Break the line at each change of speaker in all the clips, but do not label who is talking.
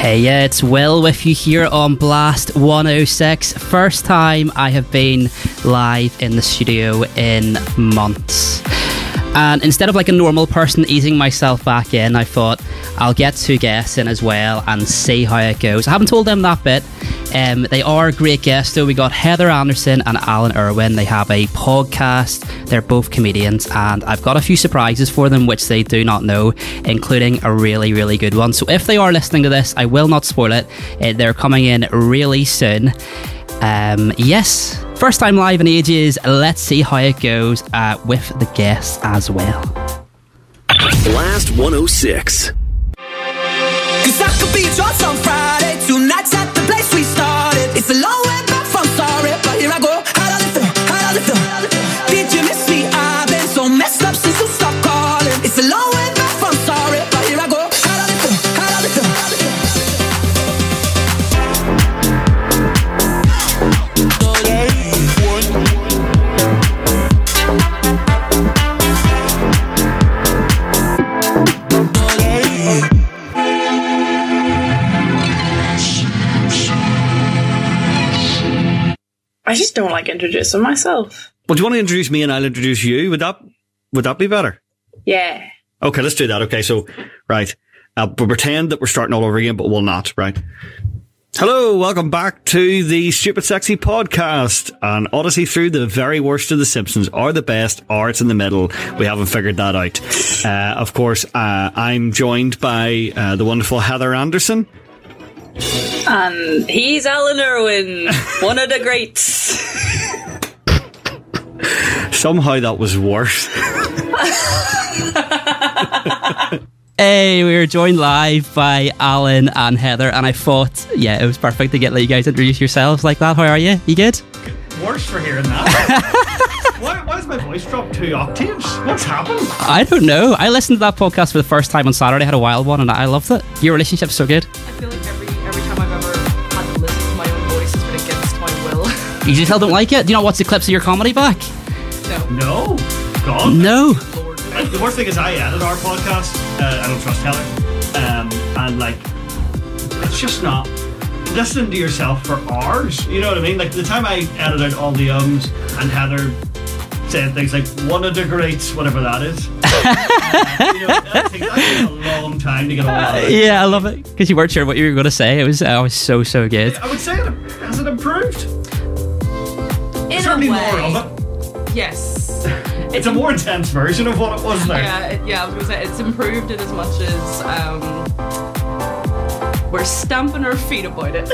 Hey, yeah, it's Will with you here on Blast 106. First time I have been live in the studio in months. And instead of like a normal person easing myself back in, I thought I'll get two guests in as well and see how it goes. I haven't told them that bit. Um, they are great guests though. We got Heather Anderson and Alan Irwin. They have a podcast. They're both comedians, and I've got a few surprises for them which they do not know, including a really, really good one. So if they are listening to this, I will not spoil it. Uh, they're coming in really soon. Um, yes, first time live in ages. Let's see how it goes uh, with the guests as well.
Blast 106.
Cause I could be yours on Friday. Two nights at the place we started. It's a long way back from sorry, but here I go. How does it feel? How does it feel? Did you miss me? I've been so messed up since you stopped calling. It's a long way back from sorry, but here I go. How does it feel? How does it feel?
I just don't like introducing myself.
Well, do you want to introduce me and I'll introduce you? Would that would that be better?
Yeah.
Okay, let's do that. Okay, so right, uh, we'll pretend that we're starting all over again, but we'll not. Right. Hello, welcome back to the Stupid Sexy Podcast, an odyssey through the very worst of the Simpsons, or the best, or it's in the middle. We haven't figured that out. Uh, of course, uh, I'm joined by uh, the wonderful Heather Anderson.
Um, He's Alan Irwin, one of the greats.
Somehow that was worse.
Hey, we were joined live by Alan and Heather, and I thought, yeah, it was perfect to get let you guys introduce yourselves like that. How are you? You good?
worse for hearing that. why, why has my voice dropped two octaves? What's happened?
I don't know. I listened to that podcast for the first time on Saturday. I had a wild one, and I loved it. Your relationship's so good.
I feel like every every time I've ever had to listen to my own voice has been against my will.
You just hell don't like it. Do you not watch the clips of your comedy back?
No. God.
No.
Lord.
The worst thing is I edit our podcast. Uh, I don't trust Heather. Um, and like, it's just not listening to yourself for hours. You know what I mean? Like the time I edited all the ums and Heather said things like one of the greats, whatever that is. Uh, you know, that takes that takes a long time to get all that. out.
Yeah, I love it because you weren't sure what you were going to say. It was, uh, it was so so good.
I would say it has it improved.
In
Certainly
a way.
more of it.
Yes.
It's a more intense version of what it was there.
Yeah, it- yeah. I was gonna say it's improved in as much as um, we're stamping our feet about it.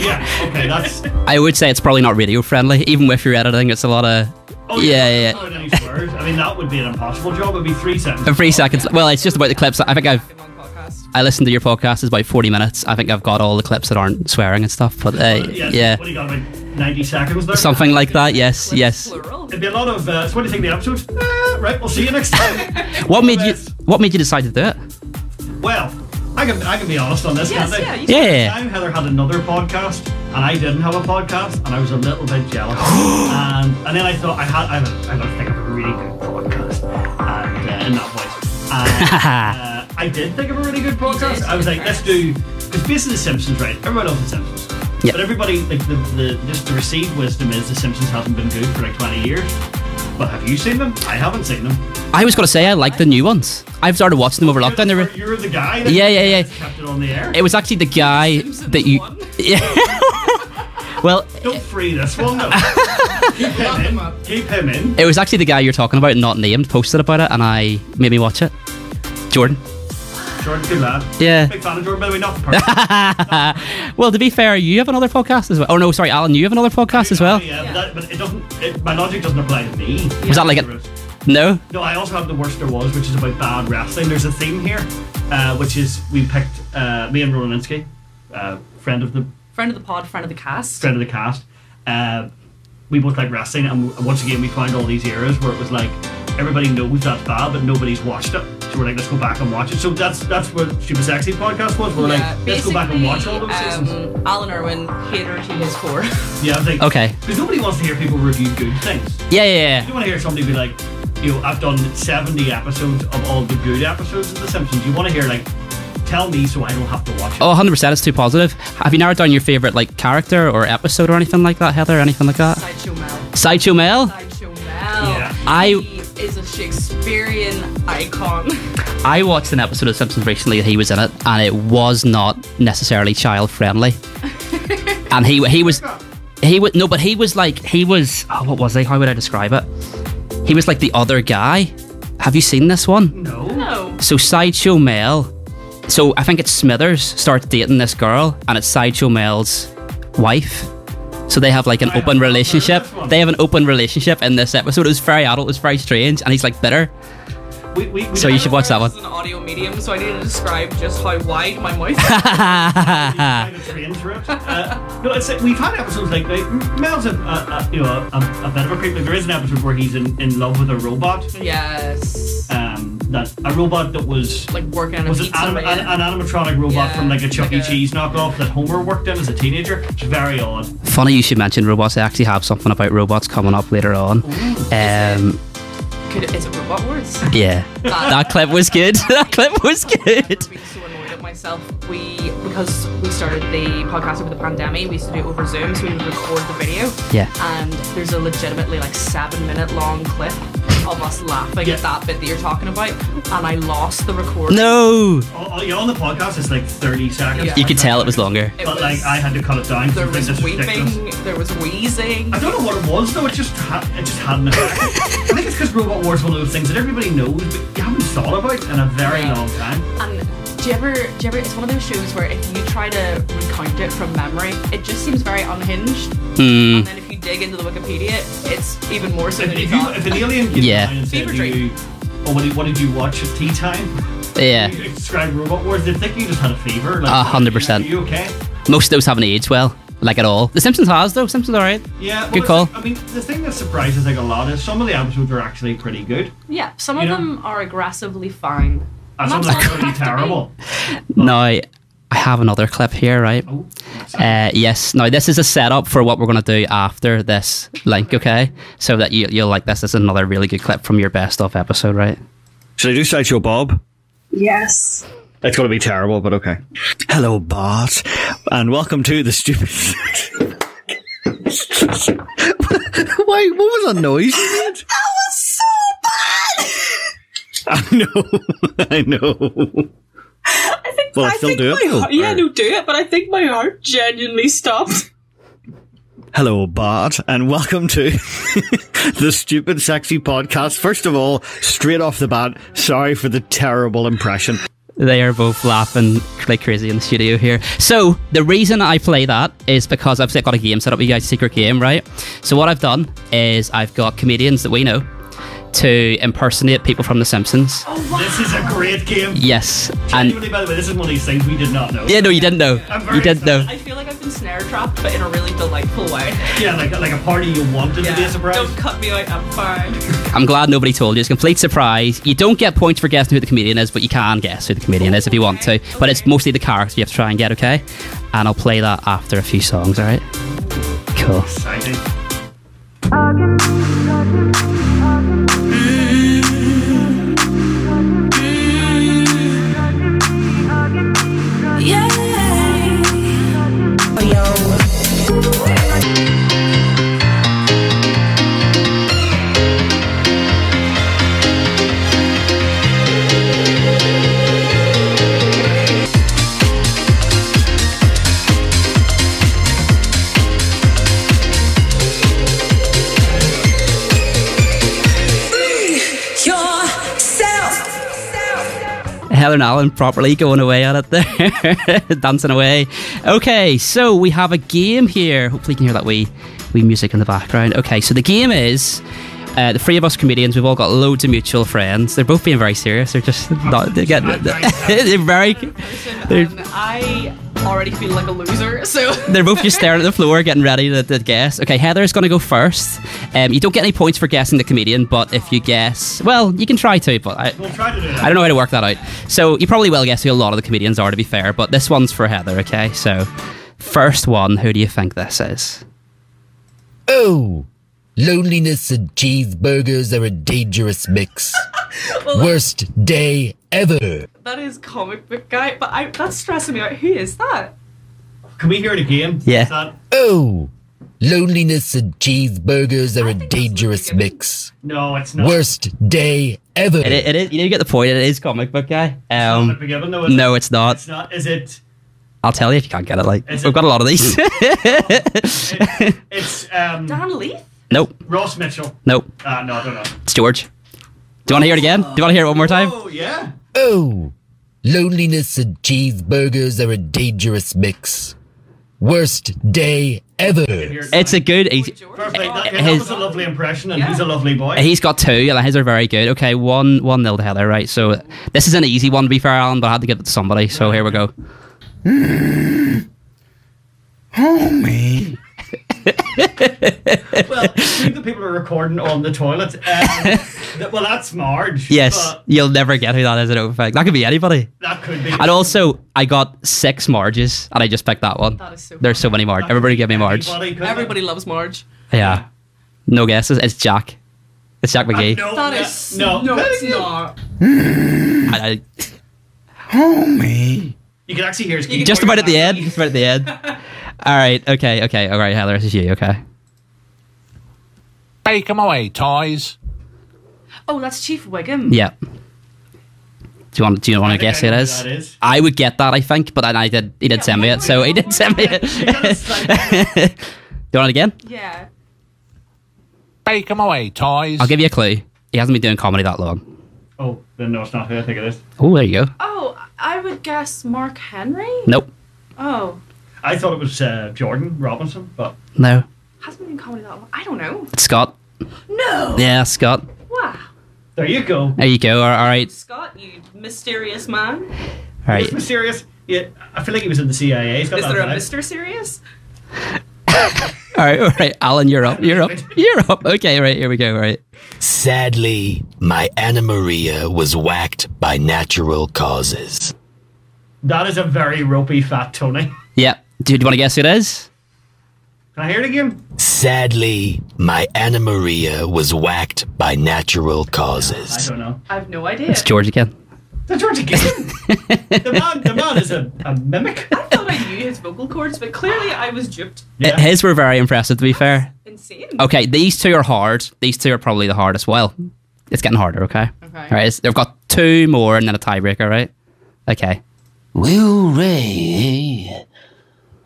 Yeah, okay, that's.
I would say it's probably not radio friendly, even with your editing. It's a lot of
Oh,
Yeah, yeah.
that's not a nice word. I mean, that would be an impossible job. It'd be three sentences.
three seconds. Well, it's just about the clips. I think I've
Pokemon podcast.
I listened to your podcast. It's about forty minutes. I think I've got all the clips that aren't swearing and stuff. But uh,
Yes,
yeah,
What do you got, about 90 seconds there?
something like that. Yes,
Clips
yes.
Plural.
It'd be a lot of. Uh, so, what do you think of the episode? Uh, right, we'll see you next time.
What made you
Yes.
What made you decide to do it?
well, I can, I can be honest on this,
Yes,
can't I?
yeah, you
Yeah,
At the time Heather had another podcast, and I didn't have a podcast, and I was a little bit jealous. and, and then I thought I had, I, have a, I don't think I have a really good podcast, and uh, in that voice,
Ah,
and, uh, I did think of a really good podcast.
did,
I was
you
like,
did.
let's do because basically the Simpsons, right? Everyone loves the Simpsons.
Yeah.
But everybody, like the, the just the received wisdom is the Simpsons hasn't been good for like twenty years. But have you seen them? I haven't seen them.
I was gonna say I like the new ones. I've started watching them over lockdown. They
You're,
were-
the- you're the guy. That
Yeah, yeah, yeah.
Kept it on the air.
It was actually the guy
Simpsons
that you.
one.
Yeah. well,
Don't free this one. No. Keep him in. Keep him in.
it was actually the guy you're talking about, not named, posted about it, and I made me watch it. Jordan.
Jordan, good lad.
Yeah.
Big fan of Jordan, by the way, not the person.
Well, to be fair, you have another podcast as well. Oh no, sorry, Alan, you have another podcast as well.
Yeah, but, that, but it doesn't. It, my logic doesn't apply to me.
Was that like a no?
No, I also have the worst there was, which is about bad wrestling. There's a theme here, uh, which is we picked uh, me and Rolinsky, uh, friend of the
Friend of the pod, friend of the cast.
friend of the cast. Uh, we both like wrestling, and w- once again, we found all these eras where it was like everybody knows that's bad, but nobody's watched it. So we're like, let's go back and watch it. So that's that's what Stupid Sexy podcast was. We're like, let's go back and watch all those
basically,
seasons.
um, Alan Irwin, hater to his core.
Yeah, I think.
Okay.
Because nobody wants to hear people review good things.
Yeah, yeah,
You
yeah.
want to hear somebody be like, you know, I've done 70 episodes of all the good episodes of The Simpsons. You want to hear like, Tell me so I don't have to watch it.
Oh, 100%, it's too positive. Have you narrowed down your favourite like character or episode or anything like that, Heather? Anything like that?
Sideshow Mel.
Sideshow Mel?
Sideshow Mel.
Yeah.
I-
He is a Shakespearean icon.
I watched an episode of Simpsons recently that he was in it, and it was not necessarily child friendly. and he he was he was no, but he was like he was oh, what was he? How would I describe it? He was like the other guy. Have you seen this one?
No.
No.
So sideshow Mel. So I think it's Smithers starts dating this girl, and it's sideshow Mel's wife. So they have like an
have not
open
heard of
relationship.
this one.
They have an open relationship in this episode. It was very adult. It was very strange, and he's like bitter.
We, we, we
So you should watch that one.
This is an audio medium, so I need to describe just how wide my mouth.
kind of train route. Uh, no, it's, we've had episodes like like, Mel's a, a, a you know a, a bit of a creep. Like, there is an episode where he's in, in love with a robot.
yes.
Um, that a robot that was
Like working on a
was an,
pizza.
anim-
right?
an, an animatronic robot
Yeah,
from like a Chuck E.
like a-
Cheese knockoff that Homer worked in as a teenager. It's very odd.
Funny you should mention robots. I actually have something about robots coming up later on. Um,
Could it, is it robot words?
yeah, that clip was good. that clip was good.
I've been so annoyed at myself. We because we started the podcast over the pandemic, we used to do it over Zoom, so we would record the video.
Yeah.
And there's a legitimately like seven minute long clip of us laughing
Yeah.
at that bit that you're talking about, and I lost the recording.
No,
All, all, you know, on the podcast, it's like thirty seconds.
Yeah.
you could tell it was longer.
It
But
was-
like I had to cut it down. 'cause
there
I think
was
this
weeping,
ridiculous.
there was wheezing.
I don't know what it was though. It just ha- it just had an effect. I think it's because Robot Wars is one of those things that everybody knows, but you haven't thought about in a very
Yeah.
long time.
And do you ever, do you ever? It's one of those shows where if you try to recount it from memory, it just seems very unhinged. And then if you dig into the Wikipedia, it's even more so
If,
than you
if, you,
thought.
if an alien came
Yeah.
down and said
Fever
to you, "Oh, what did, what did you watch at tea time?"
Yeah,
You describe Robot Wars. They think you just had a fever. Like,
A hundred percent.
Are you okay?
most of those haven't aged well, like at all. The Simpsons has though. Simpsons all right.
Yeah. well,
Good
it's
call.
like- I mean, the thing that surprises like a lot is some of the episodes are actually pretty good.
Yeah, some of
You know?
them are aggressively fine.
And some of
Not
them
all
are pretty
have to be.
terrible.
Now I have another clip here, right?
Oh,
Uh, yes. Now this is a setup for what we're gonna do after this link, okay? So that you you'll like this. This is another really good clip from your best of episode, right?
Should I do Sideshow Bob?
Yes.
It's going to be terrible, but okay. Hello, Bart, and welcome to the stupid. Why? What was that noise? That was so bad. I know. I know.
I think,
Well, I
I
still
think
do
my
it, though,
heart- yeah,
or-
no, do it, but I think my heart genuinely stopped.
Hello, Bart, and welcome to the Stupid Sexy Podcast. First of all, straight off the bat, sorry for the terrible impression.
They are both laughing like crazy in the studio here. So the reason I play that is because I've got a game set up, you guys, secret game, right? So what I've done is I've got comedians that we know to impersonate people from The Simpsons.
this is a great game.
Yes, and
Genuinely, by the way, this is one of these things we did not know.
yeah, no, you didn't know.
I'm very
You didn't know.
I feel like I've been snare trapped, but in a really delightful way.
Yeah, like like a party you wanted to be a surprise.
Don't cut me out, I'm fine.
I'm glad nobody told you. It's a complete surprise. You don't get points for guessing who the comedian is, but you can guess who the comedian is if you want to. But it's mostly the character you have to try and get. Okay, and I'll play that after a few songs. All right. Cool.
Exciting.
Helen Allen properly going away at it there, dancing away. Okay, so we have a game here. Hopefully, you can hear that wee, wee music in the background. Okay, so the game is uh, the three of us comedians. We've all got loads of mutual friends. They're both being very serious. They're just not. They're, getting, they're very. They're,
And um, I already feel like a loser, so.
they're both just staring at the floor, getting ready to, to guess. Okay, Heather's going to go first. Um, you don't get any points for guessing the comedian, but if you guess, well, you can try to. But I,
We'll try to do that.
I don't know how to work that out. So you probably will guess who a lot of the comedians are, to be fair. But this one's for Heather. Okay, so first one, who do you think this is?
Oh, loneliness and cheeseburgers are a dangerous mix. Worst day ever.
That is comic book guy, but I, that's stressing me out. Who is that?
Can we hear it again?
Yeah.
Is that-
Oh, loneliness and cheeseburgers are a dangerous mix.
no, it's not.
Worst day ever.
It, it is. You do get the point. It is comic book guy.
Not
Um,
McGibbon, no, is
no,
it?
it's not.
It's not. Is it?
I'll tell you if you can't get it. Like
Is
we've
it-
got a lot of these.
it it's um,
Dan Leith?
nope,
Ross Mitchell.
nope.
Uh, no, I don't know.
It's George. Do you want to hear it again? Do you want to hear it one more time?
Oh yeah.
Oh, loneliness and cheeseburgers are a dangerous mix. Worst day ever.
Here it
It's a good.
Boy
He's,
George?
Perfect. That,
Uh,
that
his-
was a lovely impression, and
Yeah.
he's a lovely boy.
he's got two, and his are very good. Okay, one one nil to Heather. Right, so this is an easy one to be fair, Alan, but I had to give it to somebody. So here we go.
well, see the people are recording on the toilet. Um, th- well, that's Marge.
Yes,
but
you'll never get who that is. I don't think that could be anybody.
that could be.
And also, I got six Marges, and I just picked that one.
That is so
There's so many Marge.
That could
Everybody
be
give me Marge.
anybody, couldn't it?
Everybody loves Marge.
Yeah. No guesses. It's Jack. It's Jack McGee.
No,
That
no,
is
no.
no,
That
it's
is-
not.
I-
You can actually hear his.
I- just about at the end. Just about at the end. All right. Okay. Okay. All right, Heather. This is you. Okay.
Take 'em away, toys.
Oh, that's Chief Wiggum.
Yeah. Do you want? Do you want to
think I
guess who
know
it
who
is?
that is.
I would get that, I think, but then I did. He did send me it, so he did send me it. Do you want it again?
Yeah.
Take 'em away, toys.
I'll give you a clue. He hasn't been doing comedy that long.
Oh, then no, it's not who I think it is.
Oh, there you go.
Oh, I would guess Mark Henry?
Nope.
Oh.
I thought it was uh, Jordan Robinson, but
No.
Hasn't been comedy that long. I don't know.
It's Scott.
No!
Yeah, Scott.
Wow.
there you go.
There you go. All right.
Scott, you mysterious man.
All
It's
right.
mysterious. Yeah, I feel like he was in the CIA. He's got
Is
that
there a
vibe.
Mr. Serious?
All right. All right. Alan, you're up. You're up. You're up. Okay. Right. Here we go. Right.
Sadly, my Anna Maria was whacked by natural causes.
That is a very ropey fat Tony. Can
Yeah. Do, do you want to guess who it is?
I hear it again?
Sadly, my Anna Maria was whacked by natural causes.
I don't know.
I have no idea.
It's George again.
The George Gibson. the man, the man is a, a mimic.
I thought I knew his vocal cords, but clearly I was duped.
Yeah.
His were very impressive, to be fair.
Insane.
Okay. These two are hard. These two are probably the hardest. Well, it's getting harder. Okay.
Okay.
All right. it's- They've got two more and then a tiebreaker. Right. Okay.
Will Ray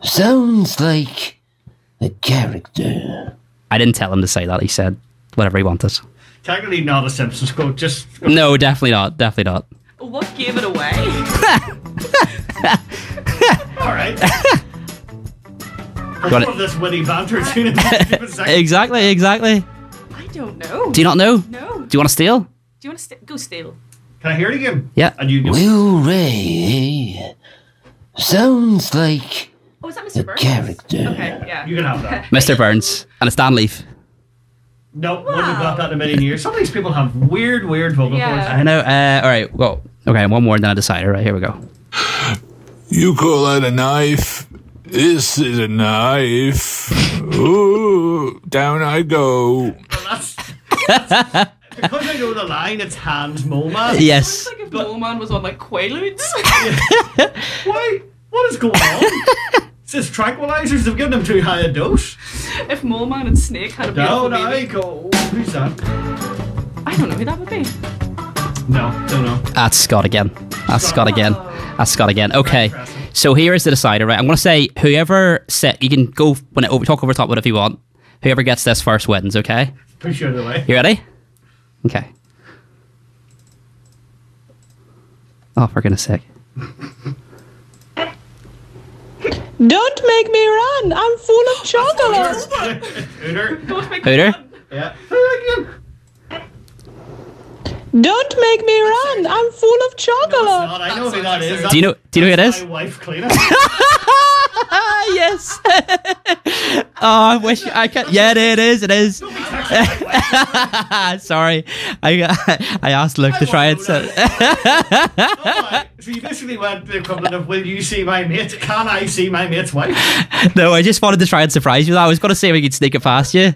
sounds like a character.
I didn't tell him to say that. He said whatever he wanted.
Technically not a Simpsons quote. Just
No, definitely not. Definitely not.
What gave it away?
all right.
Got
Got
it.
of this witty banter tune in this stupid section.
Exactly. Exactly.
I don't know.
Do you not know? Do
No.
you want to steal?
Do you want to st- go steal?
Can I hear it again?
Yeah.
And you go,
Will Ray sounds like
Oh, is that Mr. Burns?
character.
Okay, yeah.
you can have that.
Mr. Burns and a Stan Leaf.
No, wouldn't have got that in a million years. Some of these people have weird, weird vocal
Yeah.
cords.
I know. Uh, all right. Well, okay. One more, and then I decide. All right. Here we go.
You call that a knife? This is a knife. Ooh, down I go.
Well, that's, because I know the line. It's Hans Moma.
Yes.
It's like if Mole Man was on like Quaaludes.
Why? What is going on? It's his tranquilizers. They've given him too high a dose.
if Mole Man and Snake had a beautiful
Down I
baby.
go. Who's that?
I don't know who that would be.
No, don't know.
That's Scott again. That's Scott again. That's Scott again. Okay. So here is the decider. Right. I'm going to say whoever set. You can go when it over, talk over top of it if you want. Whoever gets this first wins. Okay.
Push you out of the way.
You ready? Okay. Oh, for goodness sake.
Don't make me run. I'm full of chocolate.
Hooter.
Don't make
Hooter?
Yeah. Hooter again.
Don't make me run. I'm full of chocolate.
God, I know who that is.
Do you know? Do you know who it is?
My wife, Clena.
Ah, yes. oh, I wish I could. Yeah, it is. It is. Sorry, I I asked Luke to try and set.
Alright, so you basically went the equivalent of, "Will you see my mate? Can I see my mate's wife?"
No, I just wanted to try and surprise you. I was going to see if we could sneak it past you.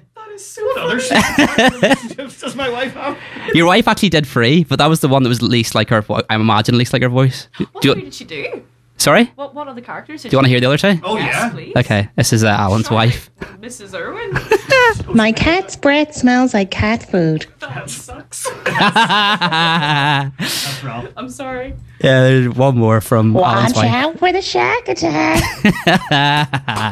What other others. Does my wife have?
Your wife actually did three, but that was the one that was least like her. vo- I imagine least like her voice.
What
Do you-
movie did she do?
sorry.
What what other characters?
Do you want to hear the other two?
Oh.
yes, please.
Okay, this is uh, Alan's wife.
Mrs. Irwin.
My cat's breath smells like cat food.
That sucks.
yeah,
I'm sorry.
there's one more from Alan's
Watch
wife.
out for the shack attack.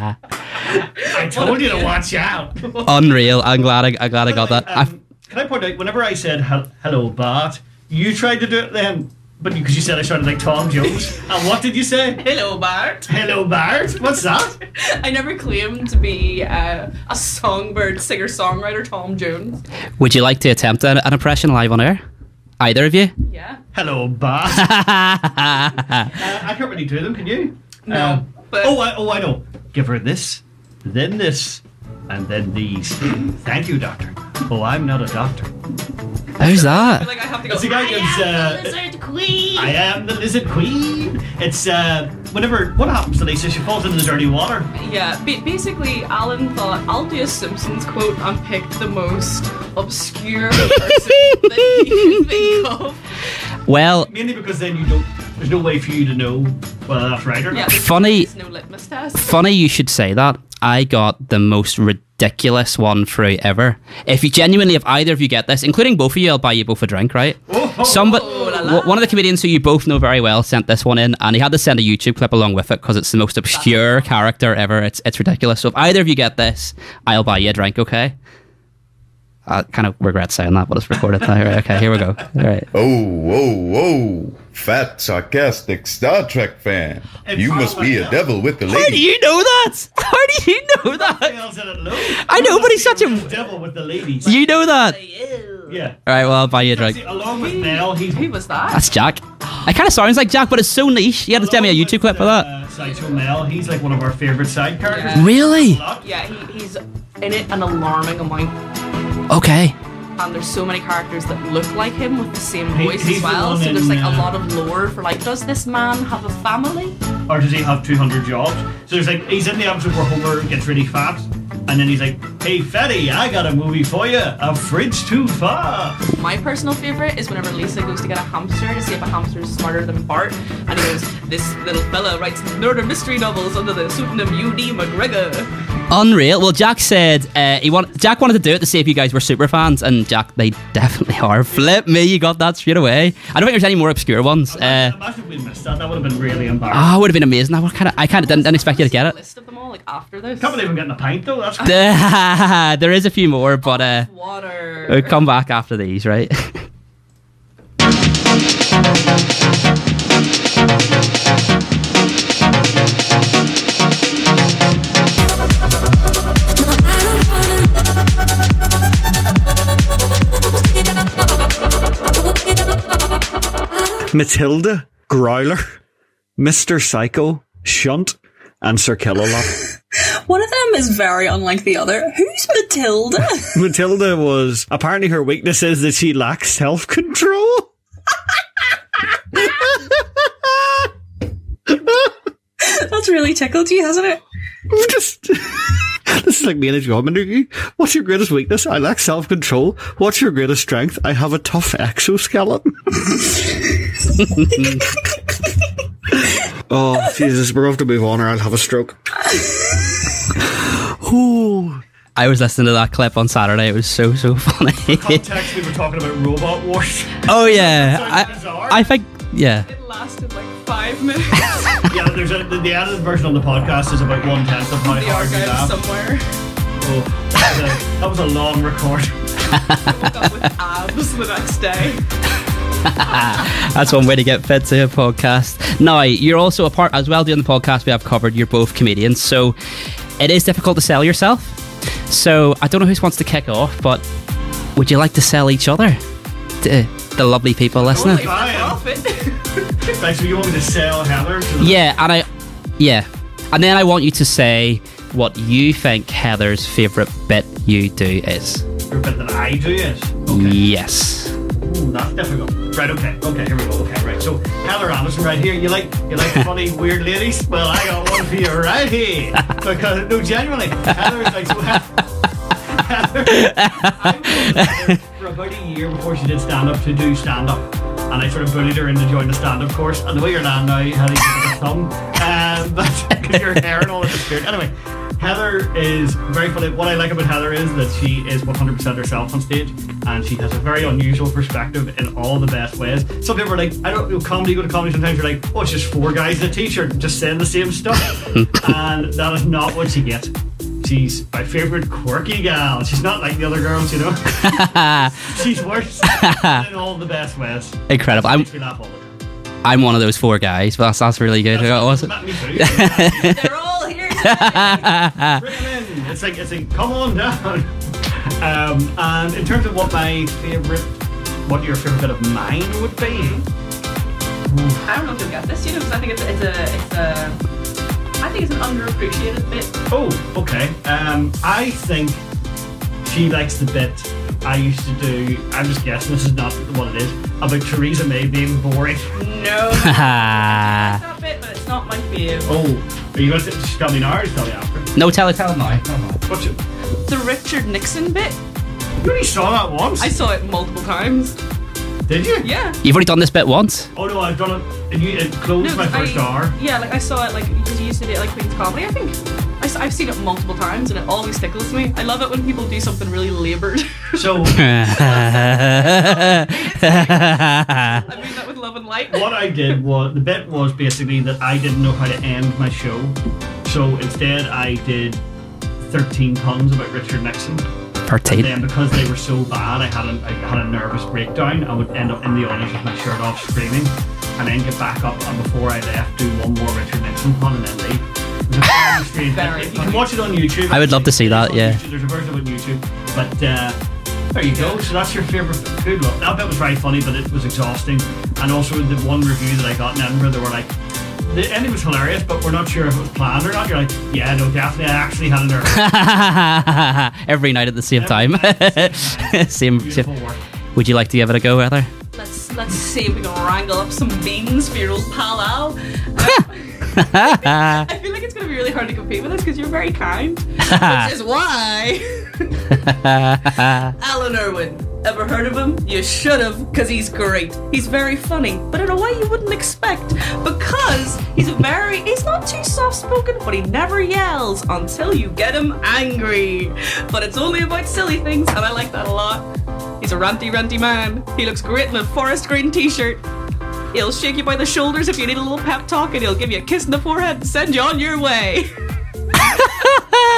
I told you to watch out. Um,
Unreal. I'm glad. I, I'm glad I got that. I,
Can I point out? Whenever I said "Hel- "Hello, Bart," you tried to do it then, but because you said I sounded like Tom Jones. and what did you say?
Hello, Bart.
Hello, Bart. What's that?
I never claimed to be uh, a songbird singer songwriter, Tom Jones.
would you like to attempt an, an impression live on air? Either of you?
Yeah.
Hello, Bart.
uh,
I can't really do them. Can you?
No. but
oh, I, oh, I know. Give her this, then this, and then these. Thank you, doctor. Oh, I'm not a doctor.
Who's that?
like I have to
go. It's the guy gives, uh,
queen.
I am the lizard queen. It's uh, whenever what happens to Lisa, she falls into the dirty water.
Yeah, ba- basically, Alan thought I'll do a Simpsons quote and picked the most obscure person that he could think of.
Well,
mainly because then you don't. There's no way for you to know whether that's right or not.
Funny-
There's no litmus test.
Funny you should say that. I got the most ridiculous one through ever. If you genuinely, if either of you get this, including both of you, I'll buy you both a drink, right? Somebody, w- one of the comedians who you both know very well sent this one in, and he had to send a YouTube clip along with it because it's the most obscure character ever. It's it's ridiculous. So if either of you get this, I'll buy you a drink. Okay. I kind of regret saying that, but it's recorded now. Right, okay, here we go. All right.
Oh, whoa, whoa. Fat, sarcastic Star Trek fan. You must be a devil with the
How do
lady.
you know that? How do you know that? I know, but he's such a
devil with the ladies.
You know that.
Yeah.
All right, well, I'll buy you a drink.
Along with Mel, he's
who was that?
That's Jack. It kind of sounds like Jack, but it's so niche. You had to send me a YouTube clip for that.
Uh, Sideshow Mel. He's like one of our favorite side characters.
Really?
Yeah, he, he's in it an alarming amount,
Okay.
and there's so many characters that look like him with the same
He-
voice
he's
as
the
well.
one
So
in,
there's like
uh,
a lot of lore for like, does this man have a family?
Or does he have 200 jobs? So there's like he's in the episode where Homer gets really fat, and then he's like, "Hey, Fetty, I got a movie for you. A fridge too far."
My personal favorite is whenever Lisa goes to get a hamster to see if a hamster is smarter than Bart, and he goes, "This little fella writes murder mystery novels under the pseudonym U.D. McGregor."
Unreal. Well, Jack said uh, he want Jack wanted to do it to see if you guys were super fans, and Jack, they definitely are. Flip me, you got that straight away. I don't think there's any more obscure ones. Uh,
Imagine if we missed that. That would have been really embarrassing.
oh, it would have been amazing. I kind of, I kind of didn't, didn't expect you to get it.
List of them all, like after this.
Can't believe I'm getting a pint though. That's
there is a few more, but uh, we'll come back after these, right?
Matilda, Growler, Mr. Psycho, Shunt, and Sir Killalot.
One of them is very unlike the other. Who's Matilda?
Matilda was apparently her weakness is that she lacks self control.
That's really tickled you, hasn't it?
Just This is like me in a job interview. What's your greatest weakness? I lack self control. What's your greatest strength? I have a tough exoskeleton. oh, Jesus, we're off to move on or I'll have a stroke.
I was listening to that clip on Saturday. It was so so funny.
context. we were talking about Robot Wars.
oh yeah, I, I think yeah.
It lasted like five minutes.
yeah, there's a, the, the edited version on the podcast is about one tenth of my
the
hard we
archive
laugh.
somewhere.
Oh, that was a- that was a long record.
Abs the next day.
That's one way to get fed to a podcast. Now, you're also a part, as well doing the podcast we have covered, you're both comedians. So it is difficult to sell yourself. So I don't know who wants to kick off, but would you like to sell each other? To the lovely people listening?
If I am- Right, so you want me to sell Heather? To the-
Yeah, and I, yeah. And then I want you to say what you think Heather's favourite bit you do is.
Your bit that I do it.
Yes.
Ooh, that's difficult. Right, okay, okay, here we go. Okay, right. So Heather Anderson right here. You like you like funny, weird ladies? Well I got one for you right here. Because no genuinely. Heather is like so Heather, for about a year before she did stand up to do stand up. And I sort of bullied her into joining the stand up course. And the way you're lying now, Heather, you thumb. Um, but because your hair and all that disappeared. Anyway, Heather is very funny. What I like about Heather is that she is 100% herself on stage and she has a very unusual perspective in all the best ways. Some people are like, I don't know, comedy, you go to comedy sometimes, you're like, oh, it's just four guys in a t shirt just saying the same stuff. and that is not what she gets. She's my favorite quirky gal. She's not like the other girls, you know. She's worse in all the best ways.
Incredible.
She
I'm,
makes me laugh all the time.
I'm one of those four guys, but that's, that's really good. Awesome.
They're all here. today. Bring 'em in. It's like it's like come on down. Um, and in terms of what my favorite, what your favorite bit of mine would be,
I don't know if you'll get this, you know, because I think it's, it's a, it's a, I think it's an underappreciated bit.
Oh, okay. Um, I think she likes the bit I used to do. I'm just guessing. This is not what it is about Theresa May being boring.
no,
No. That bit, but it's not my fave.
Oh, are you going to just tell me now or tell me after?
tell it, tell it now. Tell it now.
What's it?
The Richard Nixon bit.
You only saw that once.
I saw it multiple times.
Did you?
Yeah.
You've already done this bit once.
Oh no, I've done it. and you- It closed my first
I,
hour.
Yeah, like I saw it, like because you used to do it like Queen's Comedy, I think. I, s- I've seen it multiple times and it always tickles me. I love it when people do something really labored.
So
I mean that with love and light.
what I did was the bet was basically that I didn't know how to end my show, so instead I did thirteen puns about Richard Nixon. And
13.
then because they were so bad, I had a, I had a nervous breakdown. I would end up in the audience with my shirt off, screaming, and then get back up and before I left, do one more Richard Nixon pun and then leave. It was a very strange bit. You can watch it on YouTube.
I would love to see that, yeah.
There's a version of it on YouTube, but uh, there you go. So that's your favorite food. Well, that bit was very funny, but it was exhausting. And also the one review that I got in Edinburgh, they were like, the ending was hilarious, but we're not sure if it was planned or not. You're like, yeah, no, definitely, I actually had a nervous.
Every night at the same time. same,
Beautiful work.
Would you like to give it a go, Heather?
Let's let's see if we can wrangle up some beans for your old pal Al. I feel like it's gonna be really hard to compete with us because you're very kind. which is why Alan Irwin. Ever heard of him? You should have, because he's great. He's very funny, but in a way you wouldn't expect, because he's a very, he's not too soft spoken, but he never yells until you get him angry. But it's only about silly things, and I like that a lot. He's a ranty, ranty man. He looks great in a forest green t shirt. He'll shake you by the shoulders if you need a little pep talk, and he'll give you a kiss in the forehead and send you on your way.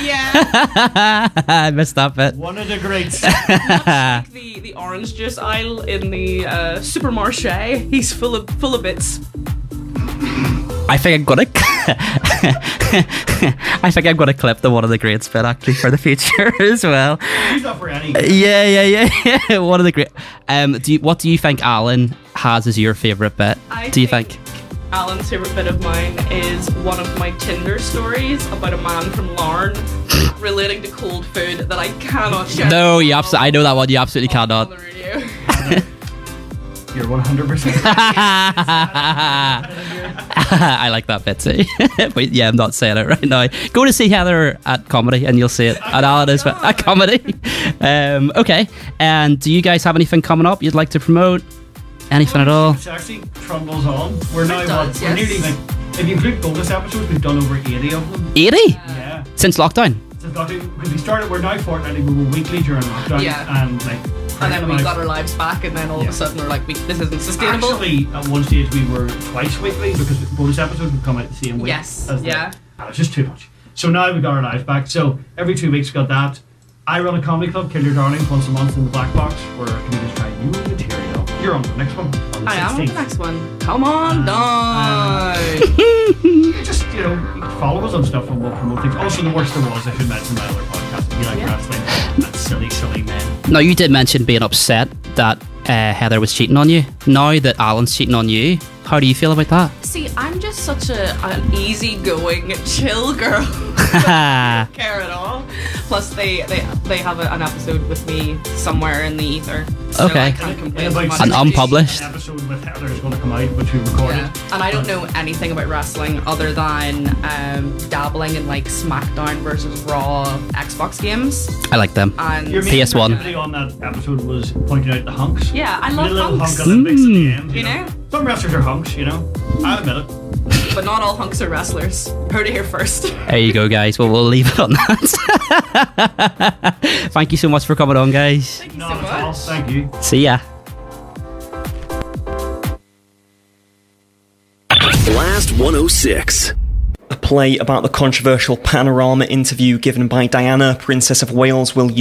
yeah.
I missed that bit.
One of the greats.
the the orange juice aisle in the uh, supermarché. He's full of full of bits.
I think I'm gonna. I think I'm gonna clip the one of the greats bit actually for the future as well.
Use that for any.
Yeah, yeah, yeah, yeah. One of the great. Um, do you, what do you think Alan has as your favorite bit?
I
do you think?
Alan's favorite bit of mine is one of my Tinder stories about a man from Larn relating to cold food that I cannot share.
No, you absolutely. I know that one. You
Oh,
absolutely cannot.
You're 100%.
I like that bit too. but yeah, I'm not saying it right now. Go to see Heather at comedy and you'll see it at Alan as well. At comedy. Um, okay. And do you guys have anything coming up you'd like to promote? Anything at all?
It actually trundles on. We're now
does,
what? We're nearly
yes.
like, if you include bonus episodes, we've done over 80 of them.
80?
Yeah.
Since lockdown?
Since lockdown, because we started, we're now fortnightly, we were weekly during lockdown.
Yeah.
And like,
And then we
like,
got our lives back, and then all of a sudden we're like, we, this isn't sustainable.
Actually, at one stage we were twice weekly because bonus episodes would come out the same week.
Yes,
as the-
yeah.
and it's just too much. So now we got our lives back. So every two weeks we got that. I run a comedy club, Kill Your Darlings, once a month in the Black Box, where comedians try new material. You're on the next one. On the
I am on
16th.
the next one. Come on, done.
just you know you can follow us on stuff and we'll promote things. Also, the worst there was I should mention my other podcast. If you like wrestling, that's silly, silly man.
No, you did mention being upset that uh, Heather was cheating on you. Now that Alan's cheating on you, how do you feel about that?
See, I'm just such a an easygoing, chill girl.
Ha.
care at all. Plus, they they they have a, an episode with me somewhere in the ether. So
Okay.
I can't complain
In
too
about
much.
An unpublished.
episode with Heather is going to come out, which we recorded.
Yeah. And I don't know anything about wrestling other than um, dabbling in like SmackDown versus Raw Xbox games.
I like them.
Your main
PS1.
activity on that episode was pointing out the hunks.
Yeah, I love
the little
hunks.
hunk Olympics at the end.
You know,
Some wrestlers are hunks, you know. I admit it.
but not all hunks are wrestlers. Heard it here first.
There you go, guys. Well, we'll leave it on that. Thank you so much for coming on, guys.
Not at all. Thank you.
See ya.
Blast 106.
A play about the controversial panorama interview given by Diana, Princess of Wales, will use.